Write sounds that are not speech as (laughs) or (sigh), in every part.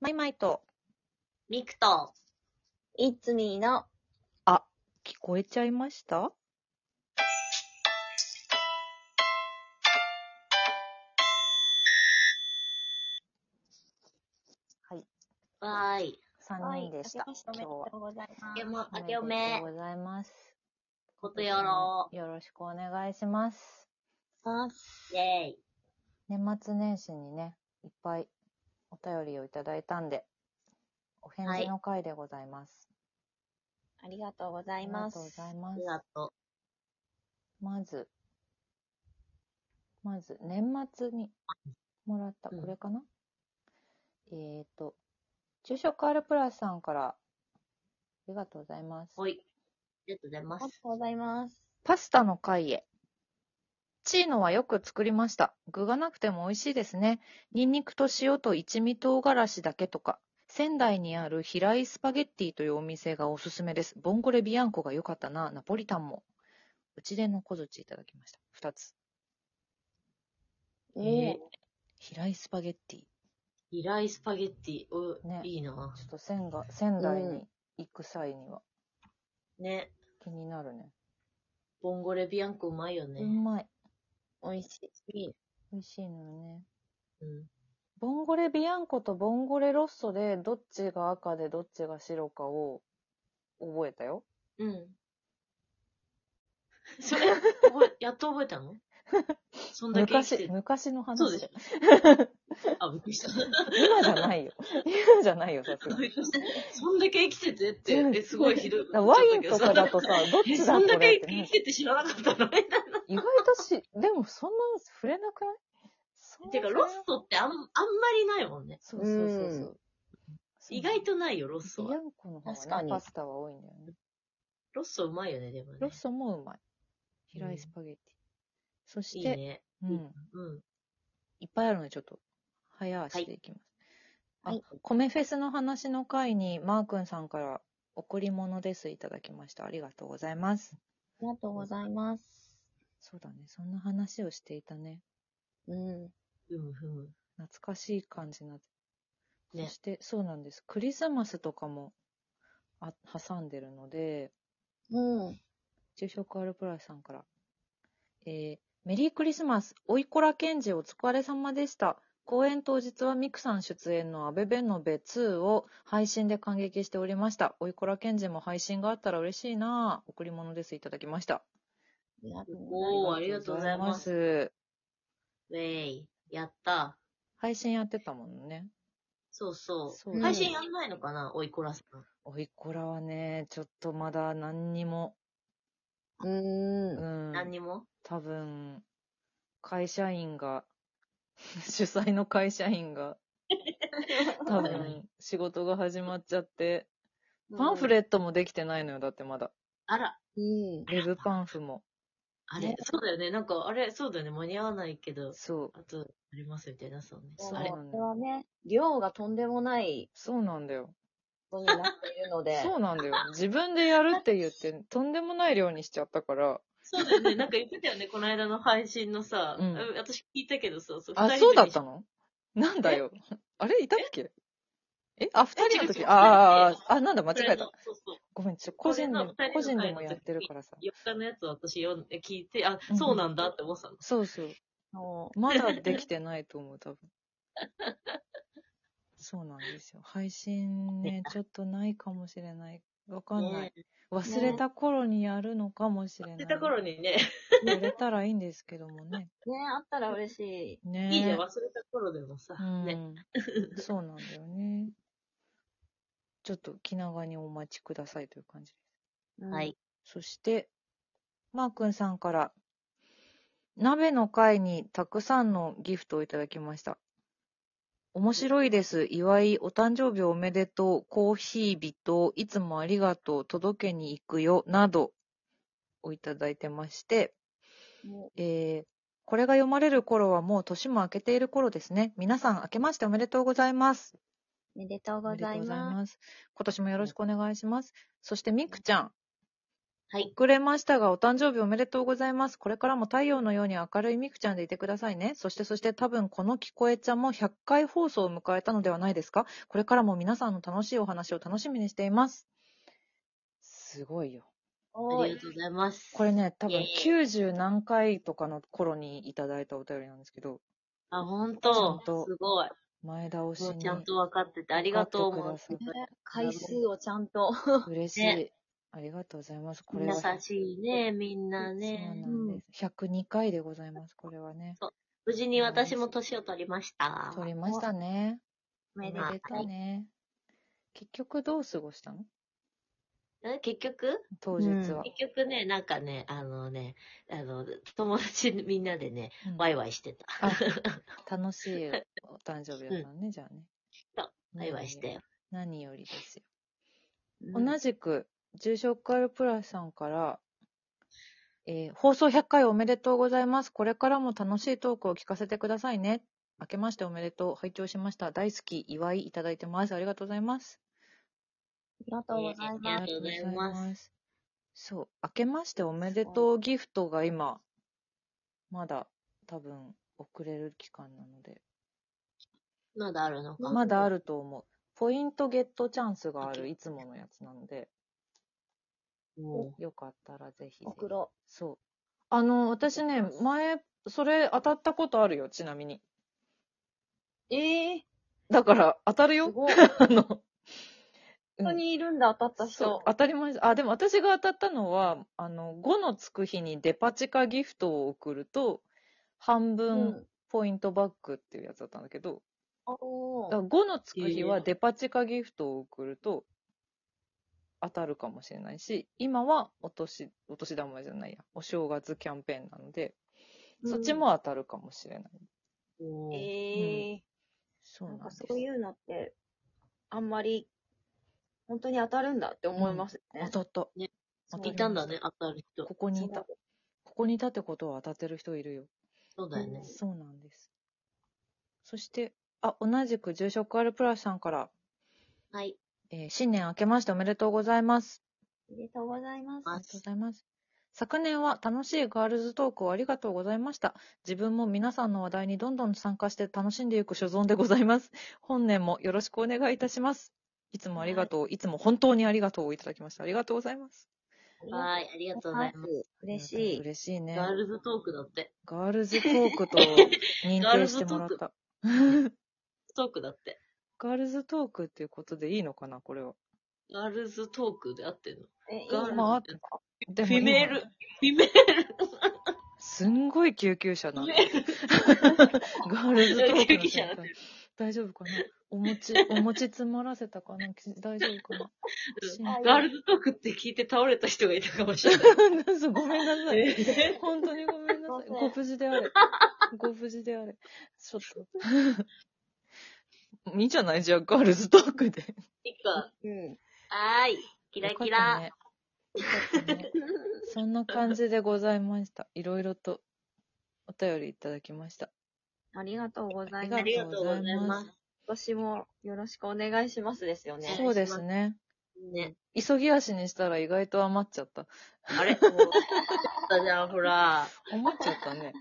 マイマイと、ミクと、イッツニーの、あ、聞こえちゃいましたわーい。三人でした。今日は。ございまあけも、あおけおめでと、うございます。ことよろよろしくお願いします。イェーイ。年末年始にね、いっぱいお便りをいただいたんで、お返事の回でございます。ありがとうござありいがますとう。ございあますり。がとまず、まず、年末にもらった、うんこれかな、えっ、と、住職あるプラスさんから、ありがとうございますう。。ほい。ありがとうございまありがとす。うございます。パスタの回へ。チーノはよく作りました。具がなくても美味しいですね。ニンニクと塩と一味唐辛子だけとか。仙台にある平井スパゲッティというお店がおすすめです。ボンゴレビアンコが良かったな。ナポリタンも。うちでの小づちいただきました。二つ。えええ平井スパゲッティ。イライスパゲッティ。お、ねいいなちょっと仙が仙台うに行く際にはね。気になるね。ボンゴレビアンコうまいよね。うまい。美味しい。美味しいのよね。うん。ボンゴレビアンコとボンゴレロッソでどっちが赤でどっちが白かを覚えたよ。うん。 (laughs) それ、覚えやっと覚えた (laughs) のそんだけ生き昔、てる昔の話。そうでしょ。あ、びっくりした。今じゃない (laughs) よ。今じゃないよ、さすがに。びっくりしたそんだけ生きててって、え、すごいひどいことだからワイ言っちゃったンけとどさかだとさ、どっえ、ちそだんこだれけって生ねき。てて知らなかったのみたいな。意外とし、でもそんな触れなくないそんなてか、ロッソってあんあんまりないもんね。そうそうそううそんう。意外とないよ、ロッソビアは。ンコの方確がかね、にパスタは多いんだよね。ロッソうまいよね、でもね。ロッソもうまい。平う井んスパゲッティ。そしいいてね。うん、うん。いっぱいあるので、ちょっと、早足でいきます。はいはいあ、米フェスの話の回に、マー君さんから、贈り物です、いただきました。ありがとうございます。ありがとうございます。そうだね、そんな話をしていたね。うん。ふむふむ。懐かしい感じになって。ねそして、そうなんです。クリスマスとかも、あ、挟んでるので、うん。昼食あるプラスさんから。えーメリークリスマス、おいこらケンジお疲れ様でした。公演当日はミクさん出演のアベベノベ2を配信で感激しておりました。おいこらケンジも配信があったら嬉しいなぁ贈り物です。いただきました。ありがとうございおまー、ありがとうございまありす。がとうございます。ウェイ。やった。配信やってたもんね。そうそ。そうう配信やんないのかなおいこらさん。おいこらはね、ちょっとまだ何にも、す。う。うんん、何にも多分、会社員が、 (laughs) 主催の会社員が、 (laughs) 多分、仕事が始まっちゃって、パンフレットもできてないのよ、だってまだ。あら、うん。ウェブパンフも。あれね、そうだよね。なんか、あれ、そうだよね。間に合わないけど、そう。あと、ありますみたいな、そうね。そうああれれ、なこんだれはね、量がとんでもないそうなんだよ。ことになっているので。 (laughs) そうなんだよ。自分でやるって言って、とんでもない量にしちゃったから。そうだよ (laughs) ね。なんか言ってたよね。この間の配信のさ、うんうん私聞いたけどさ、そうあ、二人そうだの時ったのなんだよ。あれいたっけえあ、二人の違う違時うああ、あ、あなんだ、間違えそれたの。そうそう。ごめん、ちょ、個人でこれの二人の、個人でもやってるからさ。 4日のやつ私読んで聞いて、あう、んそうなんだって思ってたの。そうそう。そまだできてないと思う、多分。そうなんです (laughs) よ。配信ね、ちょっとないかもしれない。わかんないね。忘れた頃にやるのかもしれない。出た頃にね、やれたらいいんですけどもね。う。ね、あったら嬉しい。ねいいじゃん、忘れた頃でもさ、うん、ね。そうなんだよね。ちょっと気長にお待ちくださいという感じうんはい。。そして、マー君さんから、鍋の会にたくさんのギフトをいただきました。面白いです。祝い、お誕生日おめでとう。コーヒー日と、いつもありがとう。届けに行くよ。など、をいただいてまして、もえーこれが読まれる頃はもう年も明けている頃ですね。皆さん明けましておめでとうございます。うおめでとうおございます。す。今年もよろしくお願いします。そしてみくちゃん。はい。遅れましたが、お誕生日おめでとうございます。これからも太陽のように明るいみくちゃんでいてくださいね。そして、そして多分この聞こえちゃんも100回放送を迎えたのではないですか。これからも皆さんの楽しいお話を楽しみにしています。すごいよ。おあーりがとうございます。これね、多分イエ90何回とかの頃にいただいたお便りなんですけど、あ、ほんちゃとん。とすごい。前倒しもうにちゃんと分かってて、ありがとう。分かもっうてくだ回数をちゃんと。嬉しい。ねありがとうございます。これは優しいね、みんなね。そうなんです。102回でございます、これはね。無事に私も年を取りました。取りましたね。おおめめででとう。たね。結局どう過ごしたのえ結局当日は。結局ね、なんかね、あのね、あの、友達みんなでね、うんワイワイしてた。あ楽しいお誕生日だったの (laughs) ね、じゃあね。そう (laughs) ワイ何よりワイして。何よりですよ。うん同じく、重症カルプラスさんから、えー放送100回おめでとうございます。これからも楽しいトークを聞かせてくださいね。明けましておめでとう。拝聴しました。大好き、祝いいただいてます。ありがとうございます。ありがとうございあまりがとうございますす。そう、明けましておめでとうギフトが今、まだ多分遅れる期間なので、まだあるのか。まだあると思う。ポイントゲットチャンスがあオッケるーいつものやつなので、もよかったらぜひす。。送ろそう。あの、私ね、前、それ当たったことあるよ、ちなみに。う。ええだから、当たるー、すよ。ごい。あの、本当にいるんだ、当たったそう人。当たりました。あ、でも私が当たったのは、あの、5のつく日にデパ地下ギフトを送ると、半う分ん。ポイントバックっていうやつだったんだけど、おだからー。 5のつく日へはえデパ地下ギフトを送ると、当たるかもしれないし、今はお年、お年玉じゃないや、お正月キャンペーンなので、そっちも当たるかもしれない。う、もうええそうなー。なんんでかす。そういうのって、あんまり、本当に当たるんだって思いますね。当たった。そう当いたたりんましだたね、当たる人。ここにいそたう。ここにいたってことは当たってる人いるよ。そうだよね。そうなんです。そして、あ、同じく住職あるプラスさんから、はい。えー新年明けましておめでとうございます。おめでとうございます。ありあがとうございます。昨年は楽しいガールズトークをありがとうございました。自分も皆さんの話題にどんどん参加して楽しんでいく所存でございます。本年もよろしくお願いいたします。いつもありがとう、いつも本当にありがとうをいただきました。ありがとうございます。はい、ありがとうございます。す。嬉しい。嬉しいね。ガールズトークだって。ガールズトークと認定してもらった。トークだって。ガールズトークっていうことでいいのかな、これは。ガールズトークで合ってんの。え、いいガールズまあなあでフィメ (laughs) ール今。フィメーすんごい救急車な。ガ (laughs) ールズトークの瞬 (laughs) 間大丈夫かなお餅、お餅詰まらせたかな大丈夫かな心あル。ガールズトークって聞いて倒れた人がいたかもしれな (laughs) い。配そう (laughs) ごめんなさい。え本当にごめんなさい。ごめんご無事であ (laughs) れ。ご無事であれ。ちょっ (laughs) と。いいじゃないじゃあ、ガールズトークで。いいか。うん。はーい。キラキよかったラ。ねよかったね。そんな感じでございました。いろいろとお便りいただきました。ありがとうございまあす。りがとうございます。今年もよろしくお願いしますですよね。そうですね。ね。急ぎ足にしたら意外と余っちゃった。あれも (laughs) う、だじゃん、ほら。余っちゃった (laughs) ね。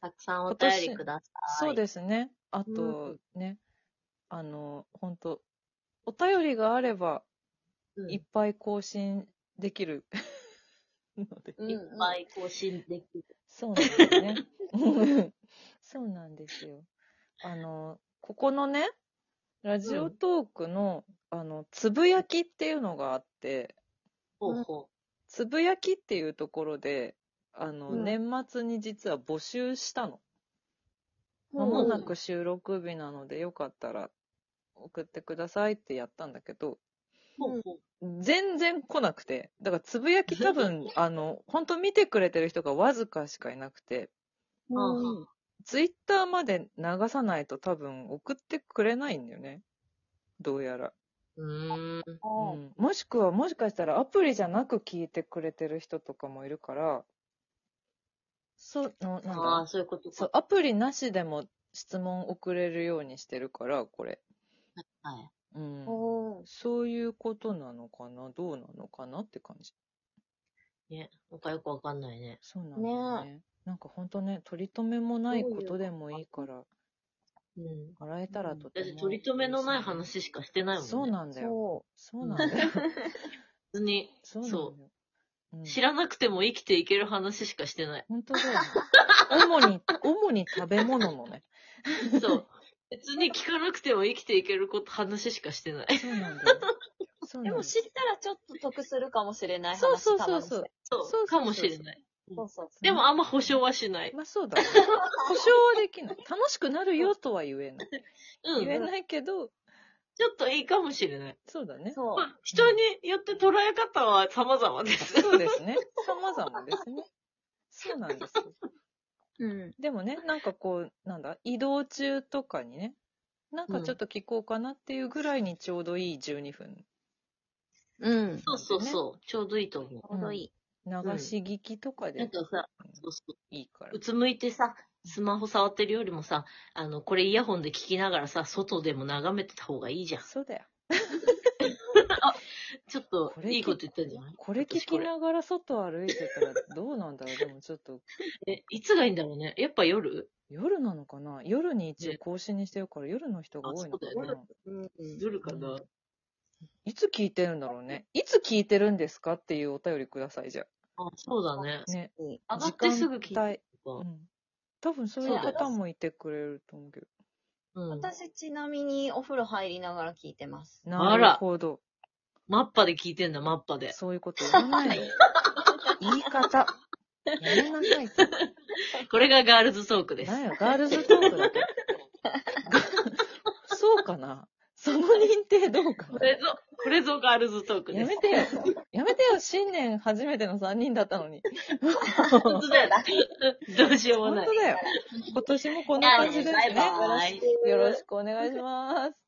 たくさんお便りください。そうですね。あとね、あの、本当お便りがあればうんいっいぱい更新できる (laughs) ので。うんっぱい更新できる。そうなんです (laughs) ね。 (laughs) うんそうなんですよ。あの、ここのね、ラジオトークの、あの、つぶやきっていうのがあって、ほうほつぶやきっていうところで、あの、うん年末に実は募集したの。うんまもなうんく収録日なので、よかったら送ってくださいってやったんだけど、う。ほうほう。全然来なくて、だからつぶやき多分、 (laughs) あの、本当見てくれてる人がわずかしかいなくて、うんツイッターまで流さないと多分送ってくれないんだよね。どうやら。うーん。ううんん、もしくはもしかしたらアプリじゃなく聞いてくれてる人とかもいるから、そう、のなんあだあ、そういうことそうか。、アプリなしでも質問送れるようにしてるから、これ。はい。うん。おーそういうことなのかなどうなのかなって感じ。ね。なんかよくわかんないね。そうなんだよね。なんかほんとね、取り留めもないことでもいいから、うん。笑えたらとだてっもて取り留めのない話しかしてないもんね。そうなんだよ。そそうなんだよ。別に、 (laughs) そうなんだよ。うん知らなくても生きていける話しかして (laughs) ない。本当だよね。主に、主に食べ物のね。そう。別に聞かなくても生きていけること、話しかしてない。そうなんだよ。そうなんう。でだよも知ったらちょっと得するかもしれない話そうそうそうたまにしそうて。そそうそう。うそうかもしれない。そうそうそう。でもあんま保証はしない。まあそうだ、ね。保証はできない。楽しくなるよとは言えない。うん。言えちないけど、ょっといいかもしれない。そうだね。そうま。あ、人によって捉え方は様々です。そうですね。様々ですね。そうなんですよ。うん。でもね、なんかこう、なんだ、移動中とかにね、なんかちょっと聞こうかなっていうぐらいにちょうどいい12分。うん。そうそうそう。ちょうどいいと思ちょうどいい。流し聞きとかう。でなんかさ、そうそういいからう。つむいてさ、スマホ触ってるよりもさ、あの、これイヤホンで聞きながらさ、外でも眺めてた方がいいじゃん。そうだよ。ちょっとこ、れ聞いいこと言ったんじゃないこれ聞きながら外歩いてたらどうなんだろう。でもちょっと、え、いつがいいんだろうね。やっぱ夜夜なのかな夜に一応ね更新にしてるから夜の人が多いのかあそうだな、ようん。夜かな、いつ聞いてるんだろうね。いつ聞いてるんですかっていうお便りください、じゃあ、そうだね。あ。ね。上がってすぐ聞いてるうとか。ん。多分そういうそうだよ方もいてくれると思うけど。うん。私ちなみにお風呂入りながら聞いてます。なるほど。マッパで聞いてんだ、マッパで。そういう (laughs) こと言わないの。言い方。やめなさいって。これがガールズトークです。なんや、ガールズトーク (laughs) だけど。そうかなその認定どうかなこれぞ、これぞガールズトークでやめす。てよ。やめてよ。新年初めての3人だった (laughs) のに。本当だよ。 (laughs) どうしようも本ない当。だよ。今年もこんな感じですね。バイバイよろしくお願いします。